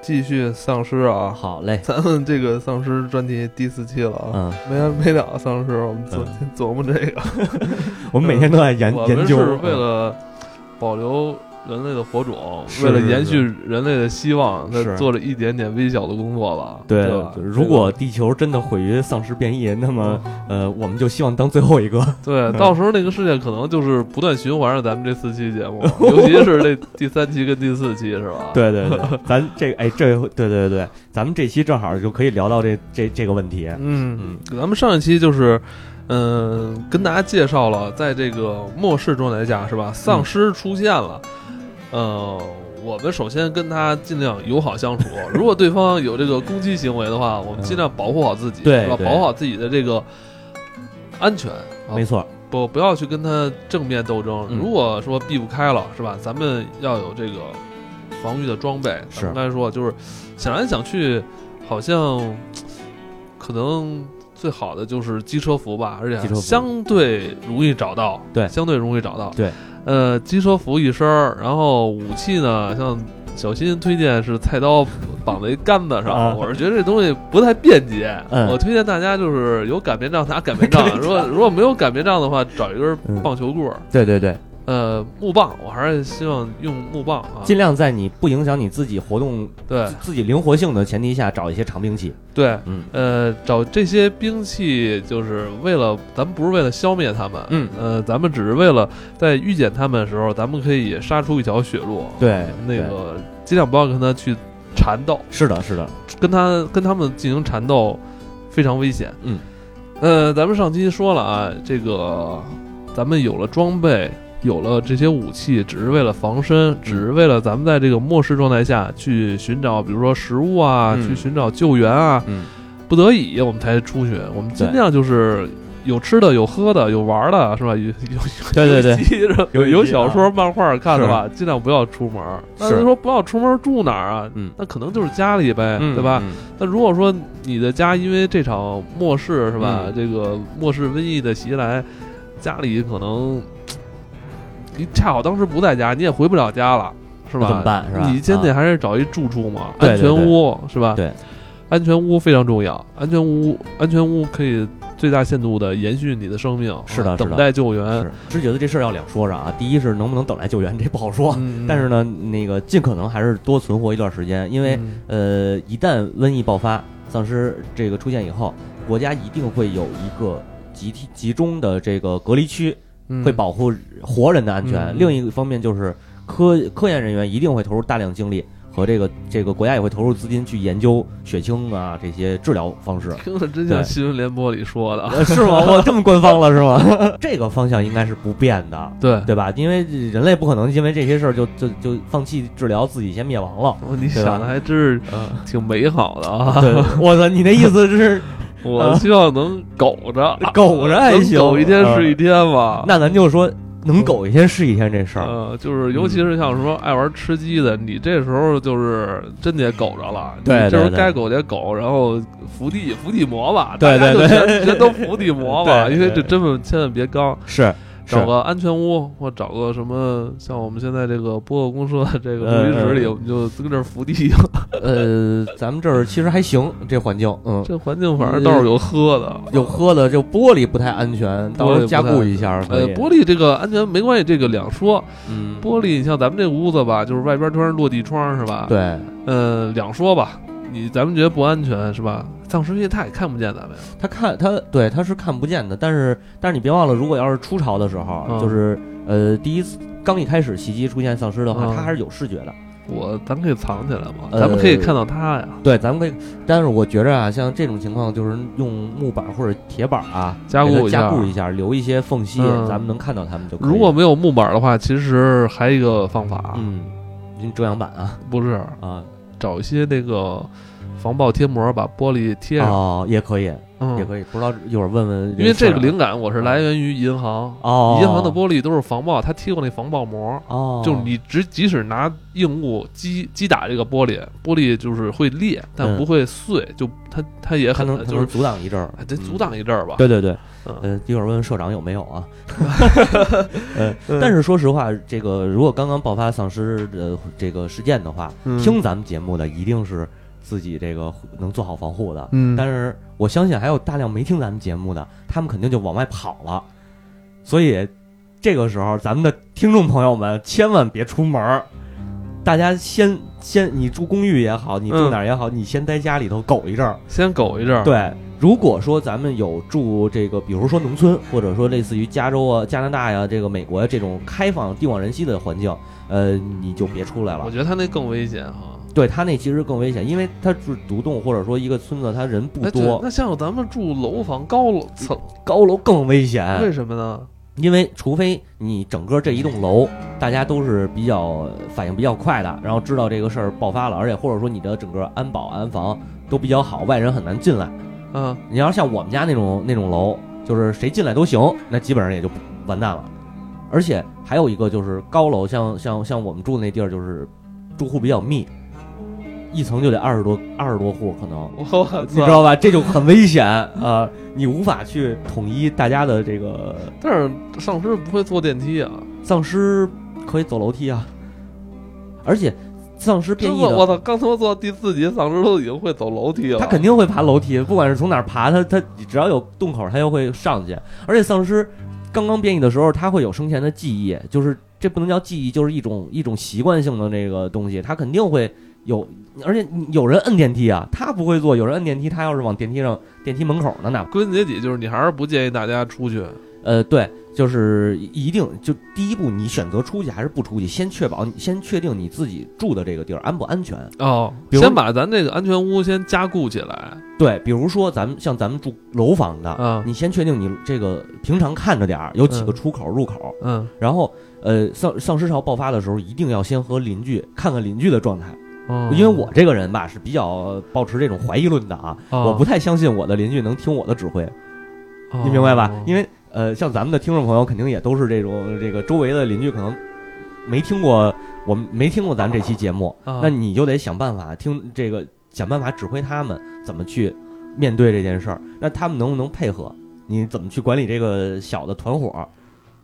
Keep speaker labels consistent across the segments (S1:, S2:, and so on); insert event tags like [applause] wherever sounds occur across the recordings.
S1: 继续丧尸啊！ [laughs]
S2: 好嘞，
S1: 咱们这个丧尸专题第四期了啊，
S2: 嗯，
S1: 没完没了丧尸，我们昨 [laughs] 天琢磨这个，
S3: 我们每天都在研
S1: 我
S3: 嗯研
S1: 们
S3: 究，嗯
S1: 是为了保留人类的火种，
S3: 是
S1: 为了延续人类的希望，在
S3: 是
S1: 做着一点点微小的工作吧。
S3: 对
S1: 对吧，
S3: 如果地球真的毁于丧尸变异，那么呃，我们就希望当最后
S1: [laughs]
S3: 一个。
S1: 对，到时候那个事件可能就是不断循环着咱们这四期节
S3: [laughs]
S1: 目，尤其是这第三期跟第四期是吧？，
S3: 对对对，咱这个哎，这回对对对对，咱们这期正好就可以聊到这这这个问题。
S1: 嗯，咱们上一期就是，嗯、跟大家介绍了，在这个末世状态下，是
S3: 嗯
S1: 吧？丧尸出现了，呃，我们首先跟他尽量友好相
S3: [laughs]
S1: 处。如果对方有这个攻击行为的话，我们尽量保护好自己，
S3: 对
S1: 是吧？
S3: 对
S1: 保护好自己的这个安全，啊
S3: 没，错，
S1: 不不要去跟他正面斗争。
S3: 嗯
S1: 如果说避不开了，是吧？咱们要有这个防御的装备。
S3: 是
S1: 咱们来说，就是想来想去，好像可能最好的就是机车服吧，而且
S3: 机车服
S1: 相对容易找到。
S3: 对
S1: 相对容易找到。
S3: 对，
S1: 呃，机车服一身儿，然后武器呢，像。小新推荐是菜刀绑在一杆子上，
S3: 啊
S1: 我是觉得这东西不太便捷。
S3: 嗯
S1: 我推荐大家就是有擀面杖拿擀面杖，
S3: [laughs]
S1: 如果如果没有擀面杖的话，找一根
S3: 嗯
S1: 棒球棍儿，
S3: 对对对，
S1: 呃，木棒，我还是希望用木棒啊。
S3: 尽量在你不影响你自己活动、
S1: 对
S3: 自自己灵活性的前提下，找一些长兵器。
S1: 对，
S3: 嗯
S1: 呃，找这些兵器就是为了，咱们不是为了消灭他们，
S3: 嗯
S1: 呃，咱们只是为了在遇见他们的时候，咱们可以杀出一条血路。，
S3: 对，
S1: 那
S3: 对
S1: 个尽量不要跟他去缠斗，
S3: 是的，是的，
S1: 跟他跟他们进行缠斗非常危险。
S3: 嗯，
S1: 呃，咱们上期说了啊，这个咱们有了装备，有了这些武器，只是为了防
S3: 嗯
S1: 身，只是为了咱们在这个末世状态下去寻找，比如说食物啊，
S3: 嗯
S1: 去寻找救援啊，
S3: 嗯，
S1: 不得已我们才出去，我们尽量就是。有吃的，有喝的，有玩的，是吧？有有
S3: 对对对，
S1: 对，有
S3: 有
S1: 有
S3: 一集啊
S1: 小说、漫画看的吧，尽量不要出门。那
S3: 是
S1: 就说不要出门住哪儿啊？
S3: 嗯
S1: 那可能就是家里呗，
S3: 嗯
S1: 对吧？？
S3: 嗯
S1: 那如果说你的家因为这场末世是吧，
S3: 嗯
S1: 这个末世瘟疫的袭来，家里可能嗯你恰好当时不在家，你也回不了家了，是吧？
S3: 那怎么办是吧啊
S1: 你先得还是找一住处嘛，
S3: 对
S1: 安全屋是吧？
S3: 对，
S1: 安全屋非常重要，安全屋安全屋可以最大限度的延续你的生命，
S3: 是的
S1: 啊
S3: 是的
S1: 等待救援。
S3: 是，只觉得这事儿要两说着啊。第一是能不能等来救援，这不好说。
S1: 嗯
S3: 哦但是呢，那个尽可能还是多存活一段时间，因为、
S1: 嗯
S3: 呃，一旦瘟疫爆发，丧尸这个出现以后，国家一定会有一个集体集中的这个隔离区，
S1: 嗯
S3: 会保护活人的安全。
S1: 嗯
S3: 另一个方面就是科科研人员一定会投入大量精力和这个这个国家也会投入资金去研究血清啊这些治疗方 [laughs] 式。
S1: 听着真像
S3: 对
S1: 新闻联播里说的，
S3: 呃是吗？我这么官方了是吗？ [laughs] 这个方向应该是不变的，
S1: 对，
S3: 对吧？因为人类不可能因为这些事儿就就就放弃治疗，自己先灭亡
S1: [laughs]
S3: 了。
S1: 哦你
S3: 对吧嗯
S1: 想的还真是挺美好的啊。
S3: 对，我操！你那意思是
S1: 我希望能苟着，
S3: 啊苟着还行啊
S1: 能苟一天是一天吧。
S3: 那咱就说能苟一天是一天这事儿，
S1: 呃，就是尤其是像什么爱玩吃鸡的，你这时候就是真得苟着了。
S3: 对
S1: 你这时候
S3: 对对
S1: 该苟得苟，然后伏地伏地魔吧，
S3: 对
S1: 大家就
S3: 对对
S1: 全全都伏地魔吧，
S3: 对
S1: 因为这
S3: 对
S1: 真的千万别刚。
S3: 是是
S1: 找个安全屋，或找个什么，像我们现在这个播客公社的这个录音室里，
S3: 嗯嗯
S1: 我们就跟这儿伏地。 [laughs]
S3: 呃，咱们这儿其实还行，这环境，嗯，
S1: 这环境反正倒是有喝的，
S3: 有喝的，就玻璃不太安全，到时候加固一下可
S1: 呃
S3: 以。，
S1: 玻璃这个安全没关系，这个两说。
S3: 嗯，
S1: 玻璃，你像咱们这屋子吧，就是外边全是落地窗，是吧？，
S3: 对，
S1: 嗯、两说吧，你咱们觉得不安全是吧？丧尸现在也看不见咱们呀，
S3: 他看他对他是看不见的，但是但是你别忘了，如果要是初潮的时候，
S1: 嗯
S3: 就是呃第一次刚一开始袭击出现丧尸的话，
S1: 嗯
S3: 他还是有视觉的。
S1: 我咱可以藏起来嘛，
S3: 呃
S1: 咱们可以看到它呀，
S3: 对，咱们可以，但是我觉着啊，像这种情况就是用木板或者铁板啊
S1: 加固
S3: 给它
S1: 一下
S3: 加固一下，留一些缝隙，
S1: 嗯
S3: 咱们能看到他们就可以。
S1: 如果没有木板的话，其实还有一个方法，
S3: 嗯，用遮阳板啊
S1: 不是 [laughs]
S3: 啊
S1: 找一些那个防爆贴膜把玻璃贴上，
S3: 哦，也可以，
S1: 嗯，
S3: 也可以，不知道一会儿问问。
S1: 因为这个灵感我是来源于银行，
S3: 哦，
S1: 银行的玻璃都是防爆，它贴过那防爆膜，
S3: 哦，
S1: 就是你只即使拿硬物击击打这个玻璃，玻璃就是会裂，但
S3: 嗯
S1: 不会碎，就它它也
S3: 它
S1: 很
S3: 能它
S1: 就是
S3: 能阻挡一阵儿
S1: 哎，得阻
S3: 嗯
S1: 挡一阵儿吧。
S3: 对对对，
S1: 嗯
S3: 呃，一会儿问问社长有没有
S1: [laughs]
S3: 啊？呃，
S1: 嗯
S3: 但是说实话，这个如果刚刚爆发丧尸的这个事件的话，
S1: 嗯
S3: 听咱们节目的一定是自己这个能做好防护的。
S1: 嗯，
S3: 但是我相信还有大量没听咱们节目的，他们肯定就往外跑了。所以这个时候，咱们的听众朋友们千万别出门儿，大家先先你住公寓也好，你住
S1: 嗯
S3: 哪儿也好，你先待家里头苟一阵儿。
S1: 先苟一阵儿，
S3: 对，如果说咱们有住这个，比如说农村，或者说类似于加州啊、加拿大呀、这个美国呀、这种开放、地广人稀的环境，呃，你就别出来
S1: 我
S3: 了。
S1: 觉得他那更危险哈。
S3: 对他那其实更危险，因为他是独栋，或者说一个村子，他人不
S1: 哎，对，
S3: 多，
S1: 那像咱们住楼房高楼层，
S3: 高楼更危险。
S1: 为什么呢？
S3: 因为除非你整个这一栋楼大家都是比较呃反应比较快的，然后知道这个事儿爆发了，而且或者说你的整个安保安防都比较好，外人很难进来。
S1: 嗯，
S3: 你要像我们家那种 [laughs] 那种楼，就是谁进来都行，那基本上也就完蛋了。而且还有一个就是高楼，像像像我们住的那地儿，就是住户比较密，一层就得二十多二十多户可能。
S1: 我操， [laughs]
S3: 你知道吧？这就很危险啊、呃你无法去统一大家的这个
S1: 但是丧尸不会坐电梯啊！
S3: 丧尸可以走楼梯啊，而且丧尸变
S1: 真
S3: 异
S1: 的，我
S3: 的，
S1: 操，刚他妈做到第四集，丧尸都已经会走楼梯了。
S3: 它肯定会爬楼梯，不管是从哪儿爬，它它只要有洞口，它就会上去。而且丧尸刚刚变异的时候，它会有生前的记忆，就是这不能叫记忆，就是一种一种习惯性的那个东西，它肯定会有。而且有人摁电梯啊，他不会做，有人摁电梯，他要是往电梯上电梯门口呢，那
S1: 归根结底就是你还是不建议大家出去。
S3: 呃，对，就是一定就第一步，你选择出去还是不出去，先确保你先确定你自己住的这个地儿安不安全。
S1: 哦，
S3: 比如啊
S1: 先把咱这个安全屋先加固起来。
S3: 对，比如说咱们像咱们住楼房的，
S1: 嗯
S3: 你先确定你这个平常看着点儿，有几个
S1: 嗯
S3: 出口、入口，
S1: 嗯，
S3: 然后呃丧丧尸潮爆发的时候，一定要先和邻居看看邻居的状态，
S1: 哦
S3: 因为我这个人吧是比较保持这种怀疑论的啊，
S1: 哦
S3: 我不太相信我的邻居能听我的指挥，你明白吧？
S1: 哦
S3: 因为呃像咱们的听众朋友肯定也都是这种这个周围的邻居可能没听过我们没听过咱这期节目，
S1: 啊
S3: 那你就得想办法听这个，想办法指挥他们怎么去面对这件事儿。那他们能不能配合？你怎么去管理这个小的团伙？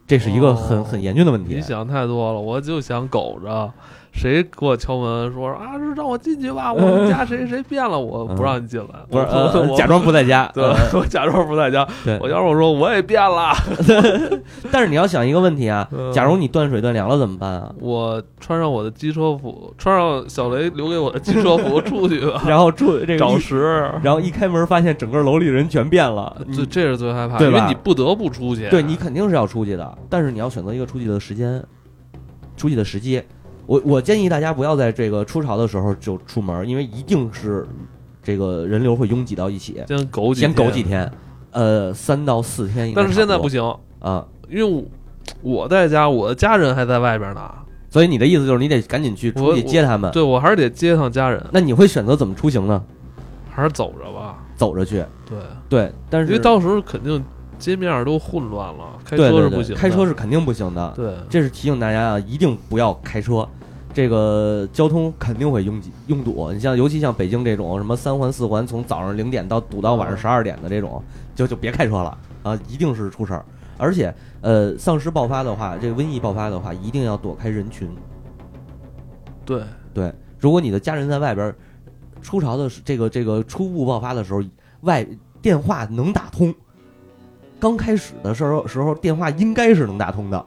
S3: 这是一个很、
S1: 哦
S3: 很严峻的问题
S1: 你。想太多了，我就想苟着。谁给我敲门说啊，让我进去吧？我们家
S3: [laughs]
S1: 谁谁变了，我不让你进来。
S3: 嗯不是，
S1: 我
S3: 呃，
S1: 我
S3: 假装不在家。
S1: 对，
S3: 呃
S1: 我假装不在家。
S3: 对
S1: 我。要是我说我也变了，
S3: 但是你要想一个问题啊，
S1: 嗯
S3: 假如你断水断粮了怎么办啊？
S1: 我穿上我的机车服，穿上小雷留给我的机车
S3: [laughs]
S1: 服出去吧，
S3: 然后住这个
S1: 找
S3: 一，
S1: 食。
S3: 然后一开门发现整个楼里人全变了。
S1: 这
S3: 你
S1: 这是最害怕，
S3: 嗯对
S1: 因
S3: 吧
S1: 为你不得不出去。
S3: 对你肯定是要出去的，但是你要选择一个出去的时间，出去的时机。我我建议大家不要在这个初潮的时候就出门，因为一定是这个人流会拥挤到一起，
S1: 先苟几
S3: 先苟几
S1: 天。
S3: 天，呃，三到四天应该
S1: 但是现在不
S3: 差
S1: 行，
S3: 多啊、
S1: 因为我我在家，我的家人还在外边呢。
S3: 所以你的意思就是你得赶紧去出
S1: 我
S3: 去接他们。
S1: 对我还是得接上家人，
S3: 那你会选择怎么出行呢？
S1: 还是走着吧。
S3: 走着去，
S1: 对，
S3: 对，但
S1: 因为
S3: 是
S1: 到时候肯定街面儿都混乱了，开
S3: 对
S1: 车是
S3: 对
S1: 不
S3: 对
S1: 行的，
S3: 开车是肯定不行的。
S1: 对，
S3: 这是提醒大家啊，一定不要开车，这个交通肯定会拥挤拥堵。你像尤其像北京这种什么三环四环，从早上零点到堵到晚上十二点的这种，就就别开车了啊，一定是出事儿。而且呃，丧尸爆发的话，这个瘟疫爆发的话，一定要躲开人群。
S1: 对，
S3: 对，如果你的家人在外边儿，初潮的时这个这个初步爆发的时候，外电话能打通。刚开始的时候时候，电话应该是能打通的，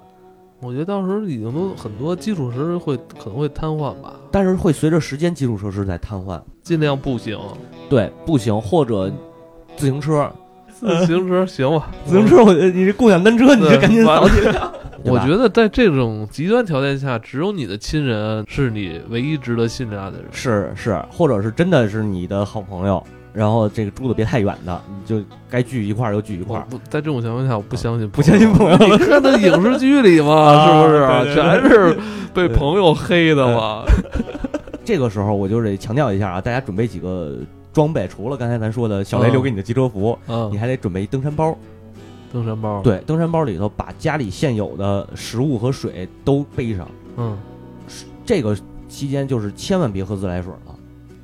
S1: 我觉得到时候已经都很多基础设施会可能会瘫痪吧，
S3: 但是会随着时间基础设施在瘫痪。
S1: 尽量步行，
S3: 对，步行或者自行车，嗯
S1: 自行车行吧，
S3: 自行。车，我觉得你这共享单车，你就
S1: 对
S3: 赶紧
S1: 完
S3: 扫
S1: 了
S3: 起
S1: [laughs]
S3: 来。 [laughs] 对
S1: 我
S3: 吧
S1: 觉得在这种极端条件下，只有你的亲人是你唯一值得信赖的人。
S3: 是是，或者是真的是你的好朋友，然后这个住的别太远的，
S1: 嗯
S3: 你就该聚一块儿就聚一块
S1: 我
S3: 儿。啊
S1: 不在这种情况下，我不相信，
S3: 不相信朋友
S1: 你看那影视剧里嘛，
S3: 啊
S1: 是不是
S3: 对对对
S1: 全是被朋友黑的嘛？
S3: 这个时候我就得强调一下啊，大家准备几个装备，除了刚才咱说的小
S1: 嗯
S3: 雷留给你的机车服，哎你
S1: 嗯，
S3: 还得准备登山包。
S1: 登山包，，
S3: 对，登山包里头把家里现有的食物和水都背上。
S1: 嗯，
S3: 这个期间就是千万别喝自来水了，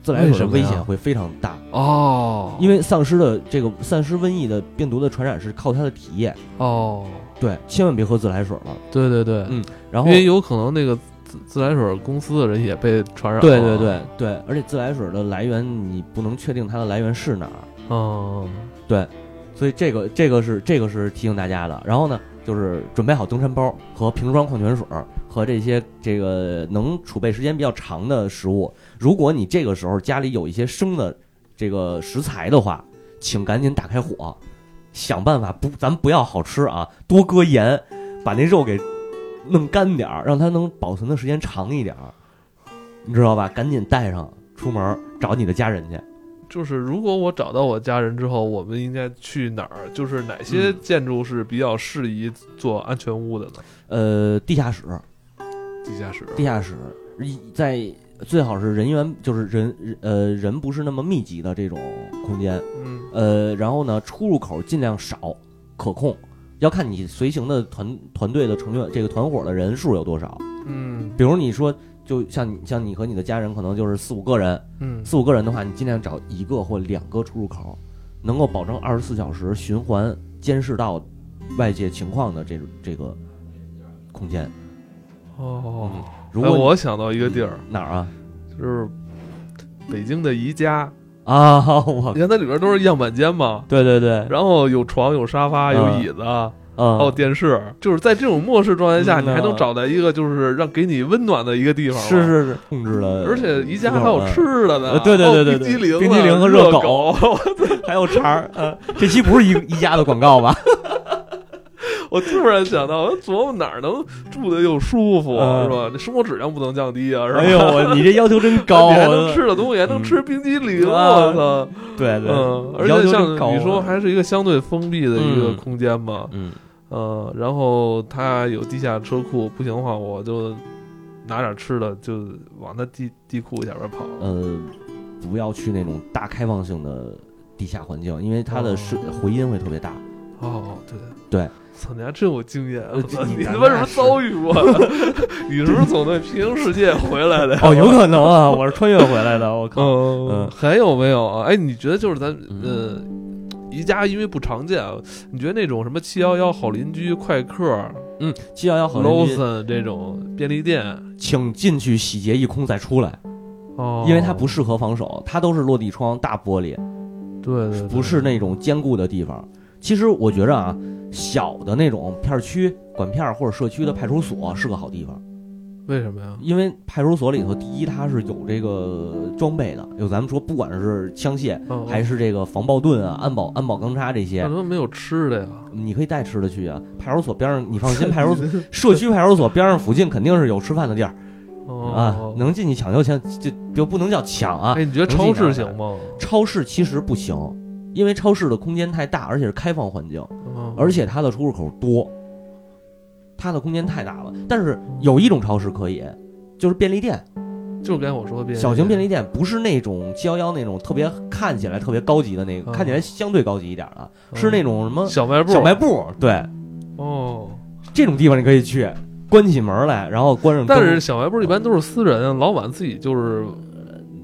S3: 自来水
S1: 为什
S3: 的
S1: 么
S3: 危
S1: 呀
S3: 险会非常大，
S1: 哦，
S3: 因
S1: 为
S3: 为丧尸的这个丧尸瘟疫的病毒的传染是靠它的体液，
S1: 哦，
S3: 对，千万别喝自来水了。
S1: 对对对，
S3: 嗯然后
S1: 因为有可能那个自自来水公司的人也被传染了。啊
S3: 对对，对对，而且自来水的来源你不能确定它的来源是哪儿，
S1: 嗯，
S3: 所以这个这个是这个是提醒大家的。然后呢，就是准备好登山包和瓶装矿泉水儿和这些这个能储备时间比较长的食物。如果你这个时候家里有一些生的这个食材的话，请赶紧打开火，想办法不，咱不要好吃啊，多搁盐，把那肉给弄干点儿，让它能保存的时间长一点儿，你知道吧？赶紧带上出门儿找你的家人去。
S1: 就是如果我找到我家人之后，我们应该去哪儿？就是哪些
S3: 嗯
S1: 建筑是比较适宜做安全屋的呢？
S3: 呃，地下室，
S1: 地下室。
S3: 地下室一在最好是人员就是人呃人不是那么密集的这种空间，
S1: 嗯
S3: 呃，然后呢出入口尽量少，可控，要看你随行的团团队的成员这个团伙的人数有多少。
S1: 嗯
S3: 比如你说，就像你像你和你的家人可能就是四五个人，
S1: 嗯
S3: 四五个人的话，你尽量找一个或两个出入口，能够保证二十四小时循环监视到外界情况的这种这个空间。
S1: 哦，
S3: 嗯如
S1: 哎
S3: 果你、
S1: 我想到一个地儿，
S3: 哪儿啊？
S1: 就是北京的宜家，
S3: 啊， [laughs] 我
S1: 你看它里边都是样板间嘛，
S3: 对对对，
S1: 然后有床、有沙发、有
S3: 嗯
S1: 椅子，还有
S3: 嗯，
S1: 电视。就是在这种末世状态下，
S3: 嗯
S1: 你还能
S3: 那
S1: 找到一个就是让给你温暖的一个地方。啊
S3: 是。是是，控制了，
S1: 而且宜家还有吃的呢，
S3: 呃对对
S1: 还有
S3: 对对对
S1: 冰激凌啊、
S3: 冰激凌和
S1: 热
S3: 热狗还有肠儿，呃，这期不是一一家的广
S1: [laughs]
S3: 告吧？
S1: [laughs] 我突然想到，我琢磨哪儿能住的又舒服，
S3: 嗯
S1: 是吧？这生活质量不能降低啊，是吧？
S3: 哎呦，我你这要求真
S1: [laughs]
S3: 高
S1: 你还
S3: 啊！
S1: 能吃的东西，还能吃冰激凌，我
S3: 啊
S1: 操！
S3: 对对，
S1: 嗯，而
S3: 要
S1: 且
S3: 求
S1: 像
S3: 真高
S1: 你说，
S3: 啊
S1: 还是一个相对封闭的一个
S3: 嗯
S1: 空间嘛，
S3: 嗯，
S1: 呃，然后它有地下车库，不行的话，我就拿点吃的，就往那地地库下边跑。
S3: 呃，不要去那种大开放性的地下环境，因为它的是回音会特别大。
S1: 哦，对
S3: 对，
S1: 操，你还真有经验啊！
S3: 呃
S1: 操
S3: 你
S1: 你
S3: 咱
S1: 他妈什
S3: 那
S1: 么
S3: 是
S1: 遭遇过？ [laughs] 你是不是从那平行世界回来的呀？
S3: [laughs] 哦，有可
S1: [laughs]
S3: 能啊，我是穿越回来的，我靠。
S1: 嗯，
S3: 嗯
S1: 还有没有啊？哎，你觉得就是咱
S3: 嗯
S1: 呃，宜家因为不常见，啊，你觉得那种什么七幺幺好邻居、快客、
S3: 嗯，七幺幺好邻居，
S1: Lawson 这种便利店，
S3: 请进去洗劫一空再出来，
S1: 哦，
S3: 因为它不适合防守，它都是落地窗、大玻璃，
S1: 对对对
S3: 不是那种坚固的地方。其实我觉着啊，小的那种片儿区、管片儿或者社区的派出所是个好地方，
S1: 为什么呀？
S3: 因为派出所里头，第一它是有这个装备的，有咱们说不管是枪械
S1: 哦
S3: 还是这个防爆盾啊、安保安保钢叉这
S1: 那
S3: 些
S1: 他，妈没有吃的呀？
S3: 你可以带吃的去啊。派出所边上，你放心，派出所社区派出所边上附近肯定是有吃饭的地儿
S1: 哦
S3: 啊，能进去抢就抢，就就不能叫抢啊。
S1: 哎，你觉得超市行吗？
S3: 超市其实不行，因为超市的空间太大，而且是开放环境。
S1: 嗯
S3: 啊而且它的出入口多，它的空间太大了。但是有一种超市可以，就是便利店，
S1: 就是刚才我说的便利
S3: 小型便
S1: 利
S3: 利店，不是那种七幺幺那种特别看起来特别高级的那
S1: 嗯
S3: 个，看起来相对高级一点的，
S1: 店
S3: 是那种什么
S1: 嗯小卖部，
S3: 小卖部，对，
S1: 哦。
S3: 这种地方你可以去，关起门来，然后关上灯，
S1: 但是小卖部一般都是私人啊，老板自己就是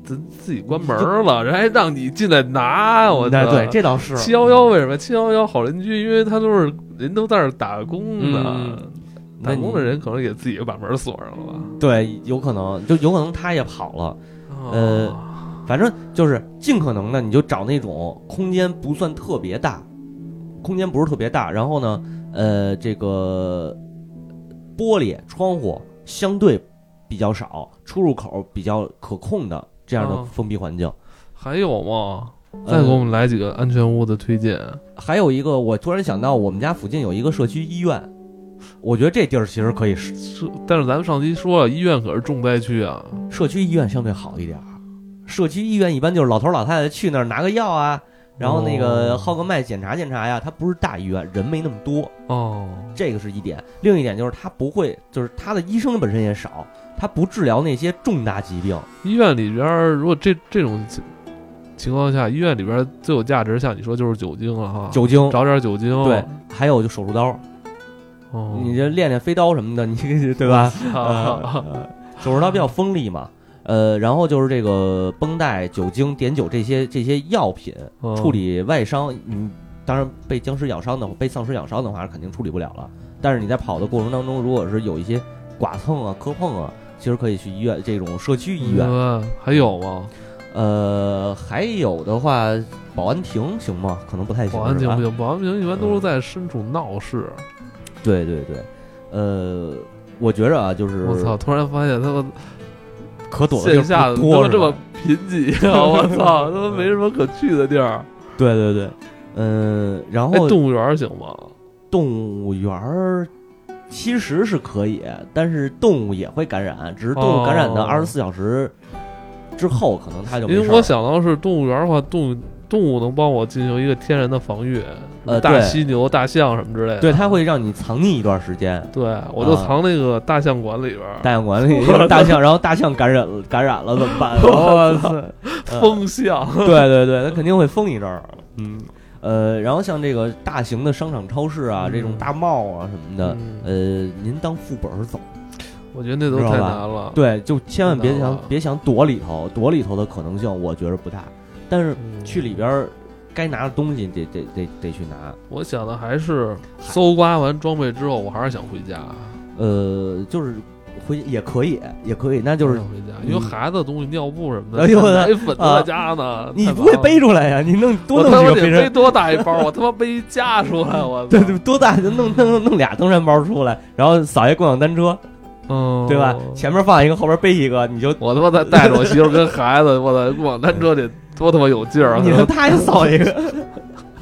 S1: 自自己关门了，人还让你进来拿，我
S3: 哎
S1: 操！
S3: 对，这倒是
S1: 七幺幺为什么七幺幺好邻居？因为他都是人都在那儿打工呢，
S3: 嗯
S1: 打
S3: 那
S1: 工
S3: 你
S1: 的人可能也自己把门锁上了吧？
S3: 对，有可能就有可能他也跑了。
S1: 哦
S3: 呃，反正就是尽可能的，你就找那种空间不算特别大，空间不是特别大，然后呢，呃，这个玻璃窗户相对比较少，出入口比较可控的这样的
S1: 哦
S3: 封闭环境。
S1: 还有吗？
S3: 呃
S1: 再给我们来几个安全屋的推荐。
S3: 还有一个，我突然想到，我们家附近有一个社区医院，我觉得这地儿其实可以试，
S1: 是，但是咱们上期说了，医院可是重灾区啊。
S3: 社区医院相对好一点儿。社区医院一般就是老头老太太去那儿拿个药啊，然后那
S1: 哦
S3: 个号个脉检查检查呀，它不是大医院，人没那么多，
S1: 哦，
S3: 这个是一点。另一点就是它不会，就是它的医生本身也少，它不治疗那些重大疾病。
S1: 医院里边儿如果这这种情情况下，医院里边儿最有价值，像你说就是酒精了哈，
S3: 酒精，
S1: 找点酒精。
S3: 对，还有就手术刀，
S1: 哦， [laughs]
S3: 你这练练飞刀什么的，你对吧？
S1: 啊
S3: 呃手术刀比较锋利嘛，呃，然后就是这个绷带、酒精、碘酒这些这些药品
S1: 嗯
S3: 处理外伤，嗯，当然被僵尸咬伤的、被丧尸咬伤的话，肯定处理不了了。但是你在跑的过程当中，如果是有一些剐蹭啊、磕碰啊，其实可以去医院这种社区医院。
S1: 嗯还有吗？
S3: 呃，还有的话，保安亭行吗？可能不太行，
S1: 保安
S3: 是啊
S1: 亭
S3: 嗯吧
S1: 不行，保安亭一般都是在身处闹市。
S3: 对对对，呃，我觉着啊，就是
S1: 我操！，突然发现他们
S3: 可躲的地
S1: 线
S3: 儿
S1: 下
S3: 不
S1: 怎
S3: 多
S1: 么
S3: 是
S1: 这么
S3: 吧
S1: 贫瘠啊！我操，他妈没什么可去的地儿。
S3: 对对对，嗯、然
S1: 哎，
S3: 后
S1: 动物园儿行吗？
S3: 动物园儿其实是可以，但是动物也会感染，只是动物感染的
S1: 哦
S3: 二十四小时之后，可能它就没
S1: 因为
S3: 事儿
S1: 我
S3: 了
S1: 想到是动物园儿的话，动物动物能帮我进行一个天然的防御，
S3: 呃
S1: 大
S3: 对
S1: 犀牛、大象什么之类的。
S3: 对，它会让你藏匿一段时间。
S1: 对，我就
S3: 啊
S1: 藏那个大象馆里边儿，
S3: 大象馆里 [laughs] 大象，然后大象感染了，感染了怎么 [laughs] 办？啊
S1: 我
S3: 操！呃
S1: 风象。
S3: 对对对，它肯定会封一阵儿。
S1: 嗯
S3: 呃，然后像这个大型的商场、超市啊，这种
S1: 嗯
S3: 大贸啊什么的，呃，您当副本儿走。
S1: 我觉得那都
S3: 知道
S1: 太
S3: 吧
S1: 难了。
S3: 对，就千万别
S1: 太难
S3: 想
S1: 了
S3: 别想躲里头，躲里头的可能性我觉得不大。但是
S1: 嗯
S3: 去里边儿该拿的东西得得得得去拿。
S1: 我想的还是搜刮完装备之后，我还是想回家，
S3: 呃，就是回也可以，也可以，那就是
S1: 还想回家，因为
S3: 嗯
S1: 孩子的东西、尿布什么的，
S3: 哎呦我的
S1: 奶粉都
S3: 啊
S1: 在家呢。
S3: 你
S1: 太
S3: 不会
S1: 麻烦
S3: 背出来呀、你弄多
S1: 我
S3: 弄
S1: 他
S3: 几
S1: 妈
S3: 个
S1: 得
S3: 背
S1: 背
S3: 身，
S1: 多大一包？我他妈背一架出来，我操
S3: [laughs] 对对，多大就弄弄弄俩登山包出来，然后扫一共享单车，
S1: 嗯，
S3: 对吧？前面放一个，后边背一个，你就
S1: 我他妈再带着我媳妇儿跟孩子，我操，共享单车得多他妈有劲儿啊！
S3: 你让他也扫一个，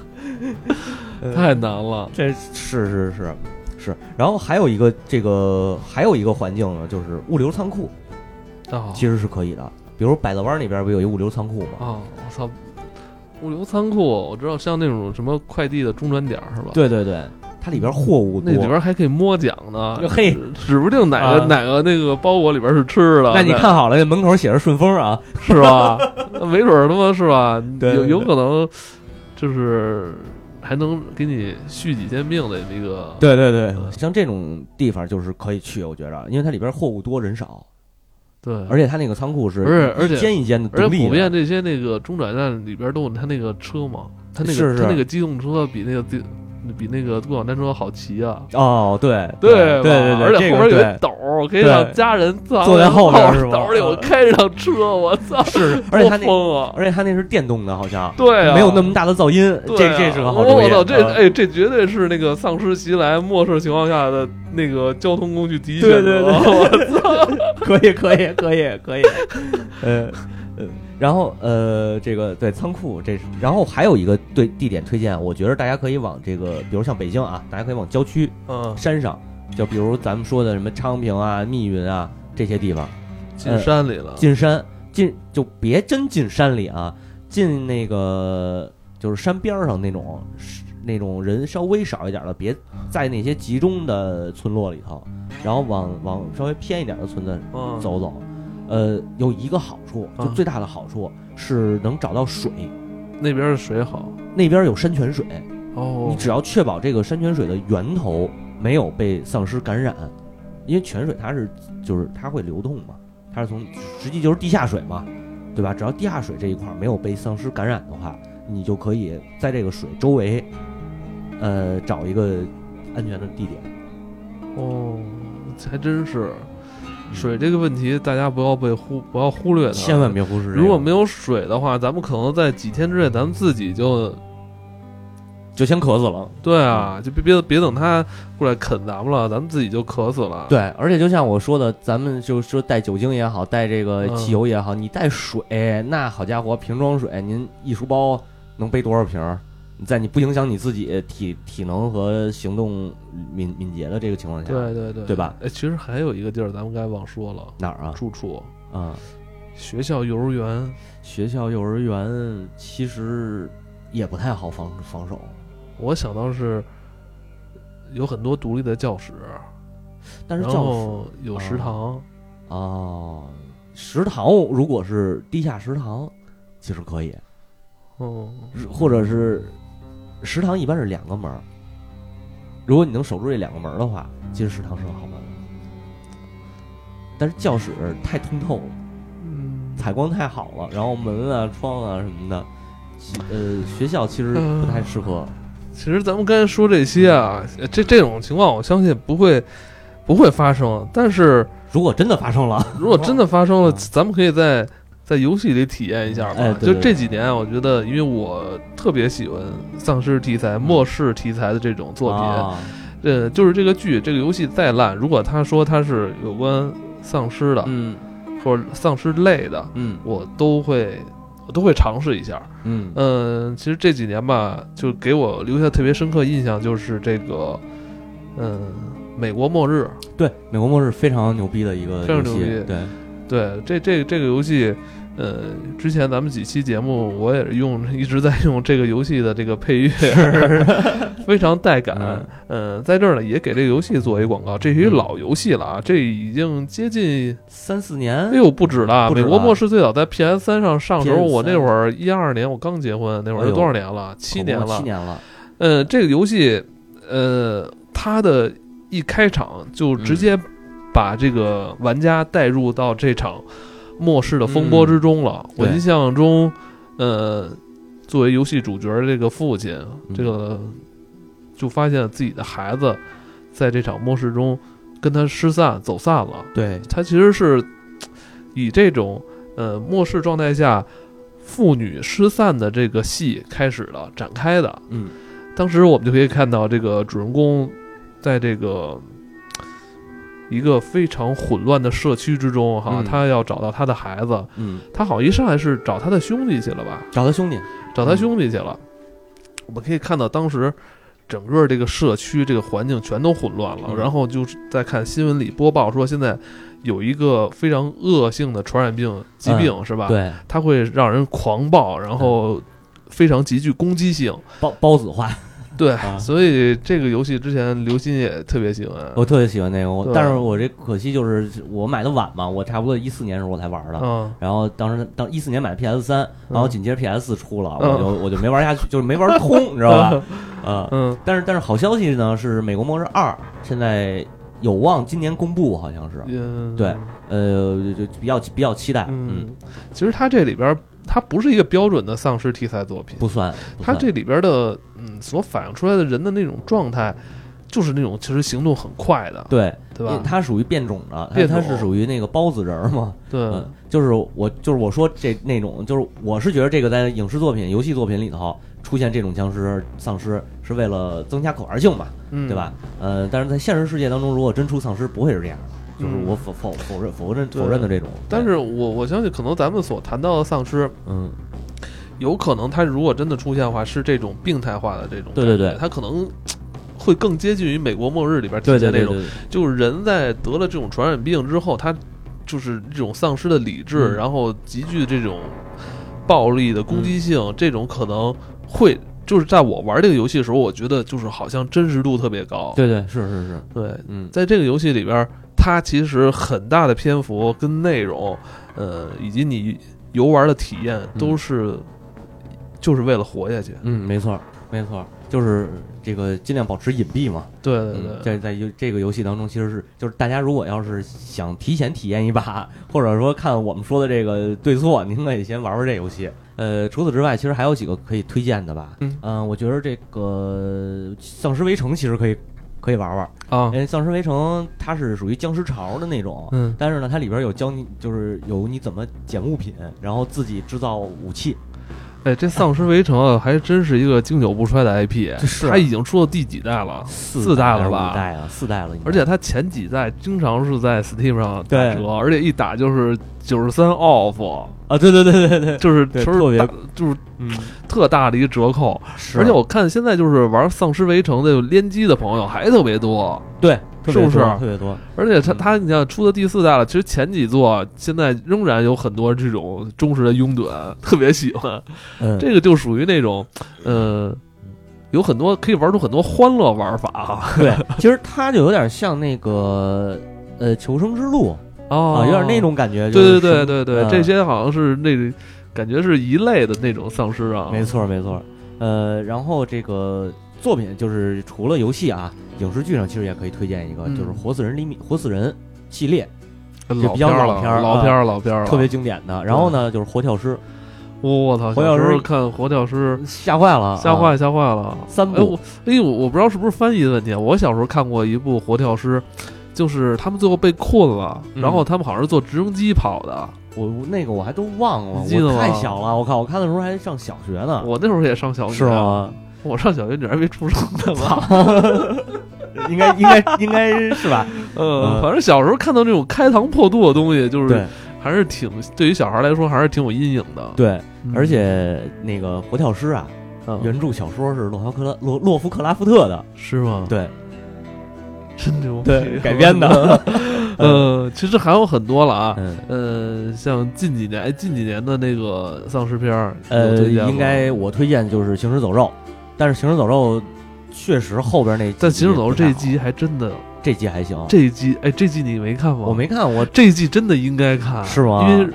S3: 嗯
S1: [laughs] 太难了。
S3: 这是是是是，然后还有一个这个还有一个环境呢，就是物流仓库
S1: 啊
S3: 其实是可以的，比如百乐湾那边不有一物流仓库吗？
S1: 啊！我操，物流仓库，我知道像那种什么快递的中转点儿是吧？，
S3: 对对对，它里边货物
S1: 那
S3: 多。
S1: 里边还可以摸奖呢。
S3: 嘿，
S1: 指不定哪个、
S3: 啊
S1: 哪个那个包裹里边是吃的，
S3: 那你看好了，门口写着顺丰啊，
S1: 是吧？没准儿他妈是吧？
S3: [laughs] 对
S1: 有
S3: 对
S1: 有
S3: 对
S1: 可能就是还能给你续几天命的这么一个。
S3: 对对对，像这种地方就是可以去，我觉着，因为它里边货物多人少，
S1: 对，
S3: 而且它那个仓库是
S1: 不是而且
S3: 一间一间的
S1: 而
S3: 独
S1: 且
S3: 立
S1: 普遍
S3: 的，
S1: 这些那个中转站里边都有他那个车嘛，他那个
S3: 是是
S1: 他那个机动车比那个地比那个共享单车好骑啊。
S3: 哦，对
S1: 对
S3: 对对对，
S1: 而且
S3: 这
S1: 后边有
S3: 个对
S1: 一斗儿，可以让家人藏
S3: 坐在后边是吧嗯
S1: 斗儿里我开着辆车，我操， [laughs]
S3: 是，而且它
S1: 多
S3: 那
S1: 疯啊！
S3: 而且它那是电动的，好像
S1: 对啊，
S3: 没有那么大的噪音，这
S1: 对啊
S3: 这是个好主
S1: 我
S3: 意。
S1: 操，这
S3: 嗯
S1: 哎，这绝对是那个丧尸袭来末世情况下的那个交通工具第一选择。
S3: 对对
S1: 对，
S3: [laughs] 可以，可以，可以，可以。呃，呃然后呃，这个对仓库，这是，然后还有一个对地点推荐，我觉得大家可以往这个，比如像北京啊，大家可以往郊区、
S1: 嗯，
S3: 山上，就比如咱们说的什么昌平啊、密云啊这些地方，
S1: 进山里了，
S3: 进山进就别真进山里啊，进那个就是山边儿上那种那种人稍微少一点的，别
S1: 啊
S3: 在那些集中的村落里头，然后往往稍微偏一点的村子
S1: 嗯，
S3: 走走。呃，有一个好处，就
S1: 嗯
S3: 最大的好处是能找到水，
S1: 那边的水好
S3: 那边有山泉水，
S1: 哦，
S3: 你只要确保这个山泉水的源头没有被丧尸感染，因为泉水它是就是它会流动嘛，它是从实际就是地下水嘛，对吧？只要地下水这一块儿没有被丧尸感染的话，你就可以在这个水周围，呃，找一个安全的地点。
S1: 哦，还真是水这个问题，大家不要被忽不要忽略它，
S3: 嗯
S1: 啊
S3: 千万别忽视这个、
S1: 如果没有水的话，咱们可能在几天之内，咱们自己就
S3: 就先渴死了。
S1: 对啊，
S3: 嗯
S1: 就别别别等它过来啃咱们了，咱们自己就渴死了。
S3: 对，而且就像我说的，咱们就说带酒精也好，带这个
S1: 嗯
S3: 汽油也好，你带水，那好家伙，瓶装水，您一书包能背多少瓶儿？在你不影响你自己体体能和行动敏敏捷的这个情况下，
S1: 对对对，
S3: 对吧？
S1: 哎，其实还有一个地儿，咱们该忘说了，
S3: 哪儿啊？
S1: 住处、
S3: 啊、
S1: 学校、幼儿园，
S3: 学校、幼儿园其实也不太好防防守，
S1: 我想到是有很多独立的教室，
S3: 但是
S1: 然
S3: 教室啊
S1: 后有食堂，
S3: 哦，食堂如果是地下食堂，其实可以，
S1: 嗯，
S3: 或者是食堂一般是两个门儿，如果你能守住这两个门儿的话，其实食堂是个好门儿。但是教室太通透了，
S1: 嗯
S3: 采光太好了，然后门啊、窗啊什么的，其呃，学校其实不太适合。
S1: 其实咱们刚才说这些啊，呃这这种情况我相信不会不会发生。但是
S3: 如果真的发生了，
S1: 如果真的发生了，
S3: 嗯
S1: 咱们可以在在游戏里体验一下吧。
S3: 哎对对
S1: 就这几年，我觉得因为我特别喜欢丧尸题材、末世题材的这种 [laughs] 作品。
S3: 嗯啊
S1: 呃，就是这个剧、这个游戏再烂，如果他说它是有关丧尸的、
S3: 嗯
S1: 或者丧尸类的，
S3: 嗯
S1: 我都会我都会尝试一下。
S3: 嗯
S1: 嗯，其实这几年吧，就给我留下特别深刻印象就是这个，嗯，美国末日。
S3: 对，《美国末日》非常牛逼的一个
S1: 非常
S3: 游
S1: 牛
S3: 戏
S1: 逼，
S3: 对，
S1: 对，这这这个游戏，呃，之前咱们几期节目我也是用一直在用这个游戏的这个配乐，非常带感。
S3: 嗯
S1: 呃，在这儿呢也给这个游戏做一广告，这是一
S3: 嗯
S1: 老游戏了啊，这已经接近
S3: 三四年
S1: 哎，呦不止了。
S3: 不止
S1: 美
S3: 了
S1: 国末世最早在 PS 三上上的时候，
S3: PS3
S1: 我那会儿一二年我刚结婚，那会儿
S3: 哎
S1: 是
S3: 呦
S1: 多少年了？七
S3: 恐怖
S1: 年
S3: 了
S1: 了
S3: 七。年了，
S1: 呃，这个游戏，呃，它的一开场就直接把这个玩家带入到这场末世的风波之中了。我
S3: 对
S1: 印象中，呃，作为游戏主角的这个父亲，这个就发现自己的孩子在这场末世中跟他失散、走散了。
S3: 嗯对，
S1: 他其实是以这种呃末世状态下父女失散的这个戏开始的展开的。
S3: 嗯，
S1: 当时我们就可以看到这个主人公在这个一个非常混乱的社区之中哈，
S3: 嗯
S1: 他要找到他的孩子，
S3: 嗯，
S1: 他好像一上来是找他的兄弟去了吧，
S3: 找他兄弟，
S1: 找他兄弟去了。我们可以看到当时。整个这个社区这个环境全都混乱了，
S3: 嗯
S1: 然后就是在看新闻里播报说，现在有一个非常恶性的传染病疾病、是吧？，
S3: 嗯对，嗯
S1: 它会让人狂暴，然后非常极具攻击性。
S3: 包包子化，
S1: [laughs] 对，
S3: 啊
S1: 所以这个游戏之前刘鑫也特别喜欢。
S3: 我特别喜欢那个，我
S1: 嗯对
S3: 但是我这可惜就是我买的晚嘛，我差不多一四年的时候我才玩的，
S1: 嗯，
S3: 然后当时当一四年买的 PS 三，然后紧接着 PS 四出了，
S1: 嗯
S3: 我就我就没玩下去， [laughs] 就是没玩
S1: [laughs]
S3: 通，你知道吧？啊、
S1: 嗯，
S3: 但是但是好消息呢是《美国末日二》现在有望今年公布，好像是，
S1: 嗯，
S3: 对，呃，就就比较比较期待，嗯，
S1: 嗯，其实它这里边儿它不是一个标准的丧尸题材作品，
S3: 不算，不
S1: 它
S3: 算
S1: 这里边的嗯所反映出来的人的那种状态，就是那种其实行动很快的，
S3: 对，
S1: 对
S3: 因为
S1: 吧？
S3: 它属于变种的，它
S1: 变种
S3: 它是属于那个包子人儿嘛，
S1: 对，
S3: 嗯，就是我就是我说这那种，就是我是觉得这个在影视作品、游戏作品里头出现这种僵尸丧尸是为了增加可玩性嘛，
S1: 嗯，
S3: 对吧？呃，但是在现实世界当中，如果真出丧尸，不会是这样的，就是
S1: 嗯
S3: 我否否否认否认
S1: 对
S3: 否认的这种。
S1: 但
S3: 对
S1: 是我我相信，可能咱们所谈到的丧尸，
S3: 嗯，
S1: 有可能它如果真的出现的话，是这种病态化的这种感觉，
S3: 对对对
S1: 它可能会更接近于美国末日里边体
S3: 对
S1: 现
S3: 对
S1: 那
S3: 对
S1: 种，
S3: 对，
S1: 就是人在得了这种传染病之后，他就是这种丧失了理智，
S3: 嗯
S1: 然后极具这种暴力的攻击性，这种可能会就是在我玩这个游戏的时候，我觉得就是好像真实度特别高。
S3: 对对是是是，
S1: 对
S3: 嗯，
S1: 在这个游戏里边，它其实很大的篇幅跟内容，呃，以及你游玩的体验都是。就是为了活下去，
S3: 嗯，没错儿没错儿，就是这个尽量保持隐蔽嘛。
S1: 对对
S3: 嗯，
S1: 对，
S3: 在在游这个游戏当中，其实是就是大家如果要是想提前体验一把，或者说看我们说的这个对错，您可以先玩玩这游戏。呃，除此之外，其实还有几个可以推荐的吧。
S1: 嗯
S3: 我觉得这个《丧尸围城》其实可以可以玩玩，
S1: 啊
S3: 因，为《丧尸围城》它是属于僵尸潮的那种，
S1: 嗯
S3: 但是呢，它里边有教你，就是有你怎么捡物品，然后自己制造武器。
S1: 哎，这《丧尸围城》啊，还真是一个经久不衰的 IP，
S3: 是啊
S1: 它已经出到第几代了？四代
S3: 代还
S1: 了
S3: 是
S1: 吧
S3: 五代啊，四代了应该。
S1: 而且它前几代经常是在 Steam 上打
S3: 对
S1: 折，而且一打就是九十三 off，
S3: 啊，对对对对对，
S1: 就是
S3: 对
S1: 就是
S3: 特别
S1: 打就是
S3: 嗯，
S1: 特大的一个折扣。
S3: 是啊
S1: 而且我看现在就是玩《丧尸围城》的有联机的朋友还特别多，
S3: 啊对，特别
S1: 是不是
S3: 多特别多？
S1: 而且它
S3: 嗯
S1: 它你像出到第四代了，其实前几座现在仍然有很多这种忠实的拥趸，特别喜欢。
S3: 嗯，
S1: 这个就属于那种，呃，有很多可以玩出很多欢乐玩法啊，
S3: 对， [laughs] 其实它就有点像那个呃《求生之路》
S1: 哦
S3: 啊，有点那。种感觉。就是
S1: 对对对对对，
S3: 嗯
S1: 这些好像是那个感觉是一类的那种丧尸啊。
S3: 没错没错。呃，然后这个作品就是除啊
S1: 嗯
S3: 了也
S1: 老
S3: 比较
S1: 片儿
S3: 老
S1: 了，
S3: 片儿
S1: 老片儿，老片儿了，
S3: 特别经典的。然后呢，就是活跳尸，
S1: 我操！
S3: 火
S1: 小
S3: 小
S1: 时候
S3: 师
S1: 看《活跳尸
S3: 吓坏了，》，
S1: 吓
S3: 啊
S1: 坏吓坏了。
S3: 三
S1: 哎
S3: 部
S1: 我哎我我不知道是不是翻译的问题啊，我小时候看过一部《活跳尸》，就是他们最后被困了，
S3: 嗯啊
S1: 然后他们好像是坐直升机跑的。
S3: 我我那个我还都忘了，
S1: 哎你记得
S3: 我太
S1: 吗
S3: 小了，我靠，我看的时候还上小学呢，
S1: 我那时候也上小学，啊
S3: 是？吗？
S1: 我上小学，你还没出生呢吧？
S3: [laughs] 应该应该应该
S1: [laughs]
S3: 是吧？
S1: 嗯，
S3: 嗯
S1: 反正小时候看到这种开膛破肚的东西，就是
S3: 对
S1: 还是挺对于小孩来说还是挺有阴影的。
S3: 对，
S1: 嗯
S3: 而且那个活跳尸啊，
S1: 嗯
S3: 原著小说是洛夫克拉洛洛夫克拉夫特的，
S1: 是吗？
S3: 对
S1: 真牛逼， [laughs]
S3: 对，改编。的，
S1: 呃，其实还有很多了啊。
S3: [laughs] 嗯。
S1: 呃，像近几年，哎，近几年的那个丧尸片儿，有
S3: 呃，
S1: 推荐吗
S3: 应该我推荐就是《行尸走肉》，但是《行尸走肉》确实后边那几集
S1: 但《行尸走肉》
S3: 不太
S1: 这一
S3: 好
S1: 季还真的，
S3: 这集还行，
S1: 这一季，哎，这季你没看吗？
S3: 我，没看我
S1: 这一季真的应该看，
S3: 是吗
S1: 因为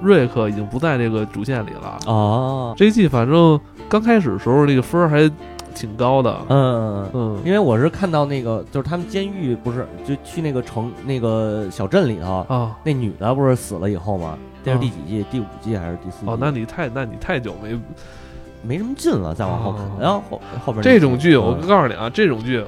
S1: 瑞克已经不在这个主线里了。
S3: 啊，
S1: 这一季反正刚开始的时候那个分儿还挺高的，
S3: 嗯，
S1: 嗯
S3: 因为我是看到那个就是他们监狱不是就去那个城那个小镇里头，
S1: 啊，
S3: 那女的不是死了以后吗？这是
S1: 啊
S3: 第几季？第五季还是第四季？
S1: 哦，那你太那你太久没
S3: 没什么劲了，再往后看
S1: 哦，
S3: 然后后后边那
S1: 这种剧，
S3: 嗯
S1: 我告诉你啊，这种剧，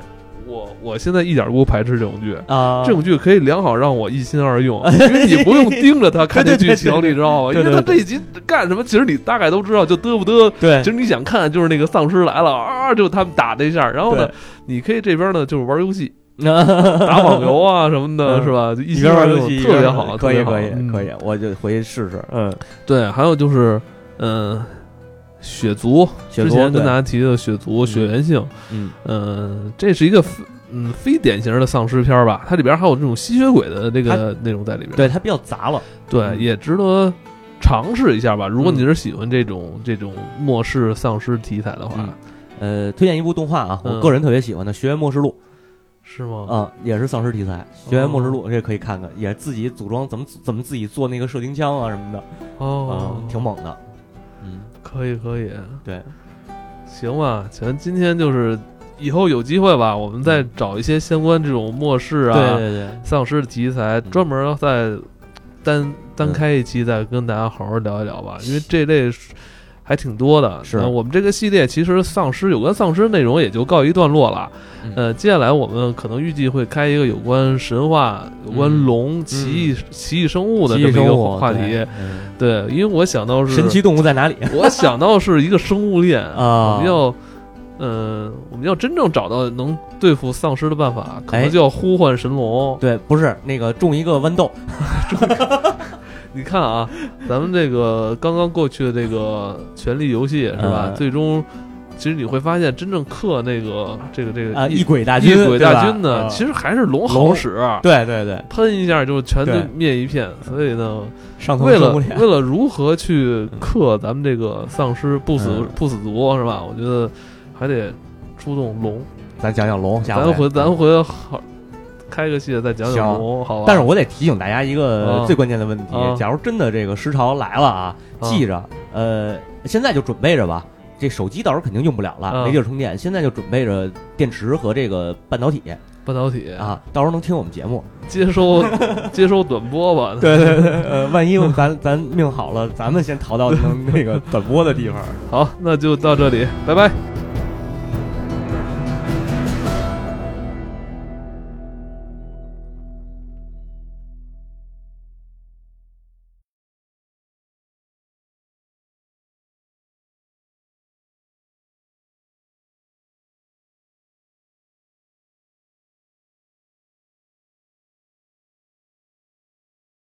S1: 我我现在一点儿不排斥这种剧。
S3: 啊， [laughs]
S1: 这种剧可以良好让我一心二用，因为你不用盯着他看这剧情，你知道吗？因
S3: 对对
S1: 为
S3: 对
S1: 他这一集干什么，其实你大概都知道，就嘚不嘚。
S3: [laughs] 对
S1: 其实你想看，就是那个丧尸来了啊，就他们打那一下，然后呢
S3: 对，
S1: 你可以这边呢就是玩游戏、
S3: 打
S1: [laughs] 打网
S3: [laughs]
S1: 游啊什么的，
S3: 嗯
S1: 是吧？就一
S3: 一
S1: 心
S3: 边
S1: 二
S3: 玩
S1: 用
S3: 游戏一
S1: 特
S3: 边
S1: 别好，
S3: 可
S1: 特
S3: 以
S1: 别好
S3: 可以
S1: 嗯
S3: 可以，我就回去试试。嗯，
S1: 对，还有就是，嗯，血族，
S3: 血
S1: 之
S3: 族
S1: 前跟
S3: 对
S1: 大家提的血族、
S3: 嗯
S1: 血缘性，
S3: 嗯
S1: 嗯，这是一个非嗯非典型的丧尸片儿吧，它里边还有这种吸血鬼的这个内容在里边，
S3: 对，它比较杂了。
S1: 对，
S3: 嗯
S1: 也值得尝试一下吧。如果
S3: 嗯
S1: 你是喜欢这种、这种末世丧尸题材的话，
S3: 嗯呃，推荐一部动画啊，
S1: 嗯
S3: 我个人特别喜欢的《学员末世录
S1: 是》吗？
S3: 啊，也是丧尸题材，《学员
S1: 哦
S3: 末世录》这可以看看，也自己组装怎么怎么自己做那个射钉枪啊什么的，
S1: 哦，
S3: 嗯，挺猛的。嗯，
S1: 可以可以，
S3: 对，
S1: 行吧，行，今天就是以后有机会吧，我们再找一些相关这种末世
S3: 嗯对
S1: 啊、
S3: 对对，
S1: 丧尸的题材，
S3: 嗯
S1: 专门再单单
S3: 嗯
S1: 开一期，再跟大家好好聊一聊吧，因为这类是。还挺多的，
S3: 是
S1: 那我们这个系列其实丧尸有关丧尸内容也就告一段落了。
S3: 嗯
S1: 呃，接下来我们可能预计会开一个有关神话、有关龙、奇异、奇异生物的
S3: 嗯奇
S1: 这么
S3: 异
S1: 一
S3: 生
S1: 个
S3: 物
S1: 话题。
S3: 对嗯
S1: 对，因为我想到是
S3: 神奇动物在哪里？
S1: [laughs] 我想到是一个生物链我
S3: 啊
S1: 们要，呃，我们要真正找到能对付丧尸的办法，可能
S3: 哎
S1: 就要呼唤神龙。
S3: 对，不是那个种一个豌豆，
S1: [laughs] 你看啊，咱们这个刚刚过去的这个《权力游戏》是吧？
S3: 嗯
S1: 最终，其实你会发现，真正克那个这个这个
S3: 啊，
S1: 异
S3: 异鬼大军，
S1: 异鬼大军
S3: 对吧
S1: 呢，
S3: 啊
S1: 其实还是龙好
S3: 龙
S1: 使。
S3: 对对对，
S1: 喷一下就全
S3: 对
S1: 都灭一片，所以呢，
S3: 上头
S1: 为了
S3: 生物链
S1: 为了如何去克咱们这个丧尸不死、
S3: 嗯
S1: 不死族是吧？我觉得还得出动龙，
S3: [laughs] 咱讲讲龙，下
S1: 咱回咱回头好开个系列再讲
S3: 行
S1: 讲龙，好吧？
S3: 嗯但是我得提醒大家一个
S1: 啊
S3: 最关键的问题：
S1: 啊
S3: 假如真的这个时潮来了啊，
S1: 啊
S3: 记着，呃，现在就准备着吧。这手机到时候肯定用不了
S1: 啊
S3: 了，没地儿充电，现在就准备着电池和这个半导体
S1: 半导体，
S3: 啊，到时候能听我们节目。
S1: 接
S3: [laughs]
S1: 收接收短波吧。
S3: 对对对， [laughs] 呃，万一咱咱命好了，咱们先逃到能那个短波的地方。
S1: 好，那就到这里，拜拜。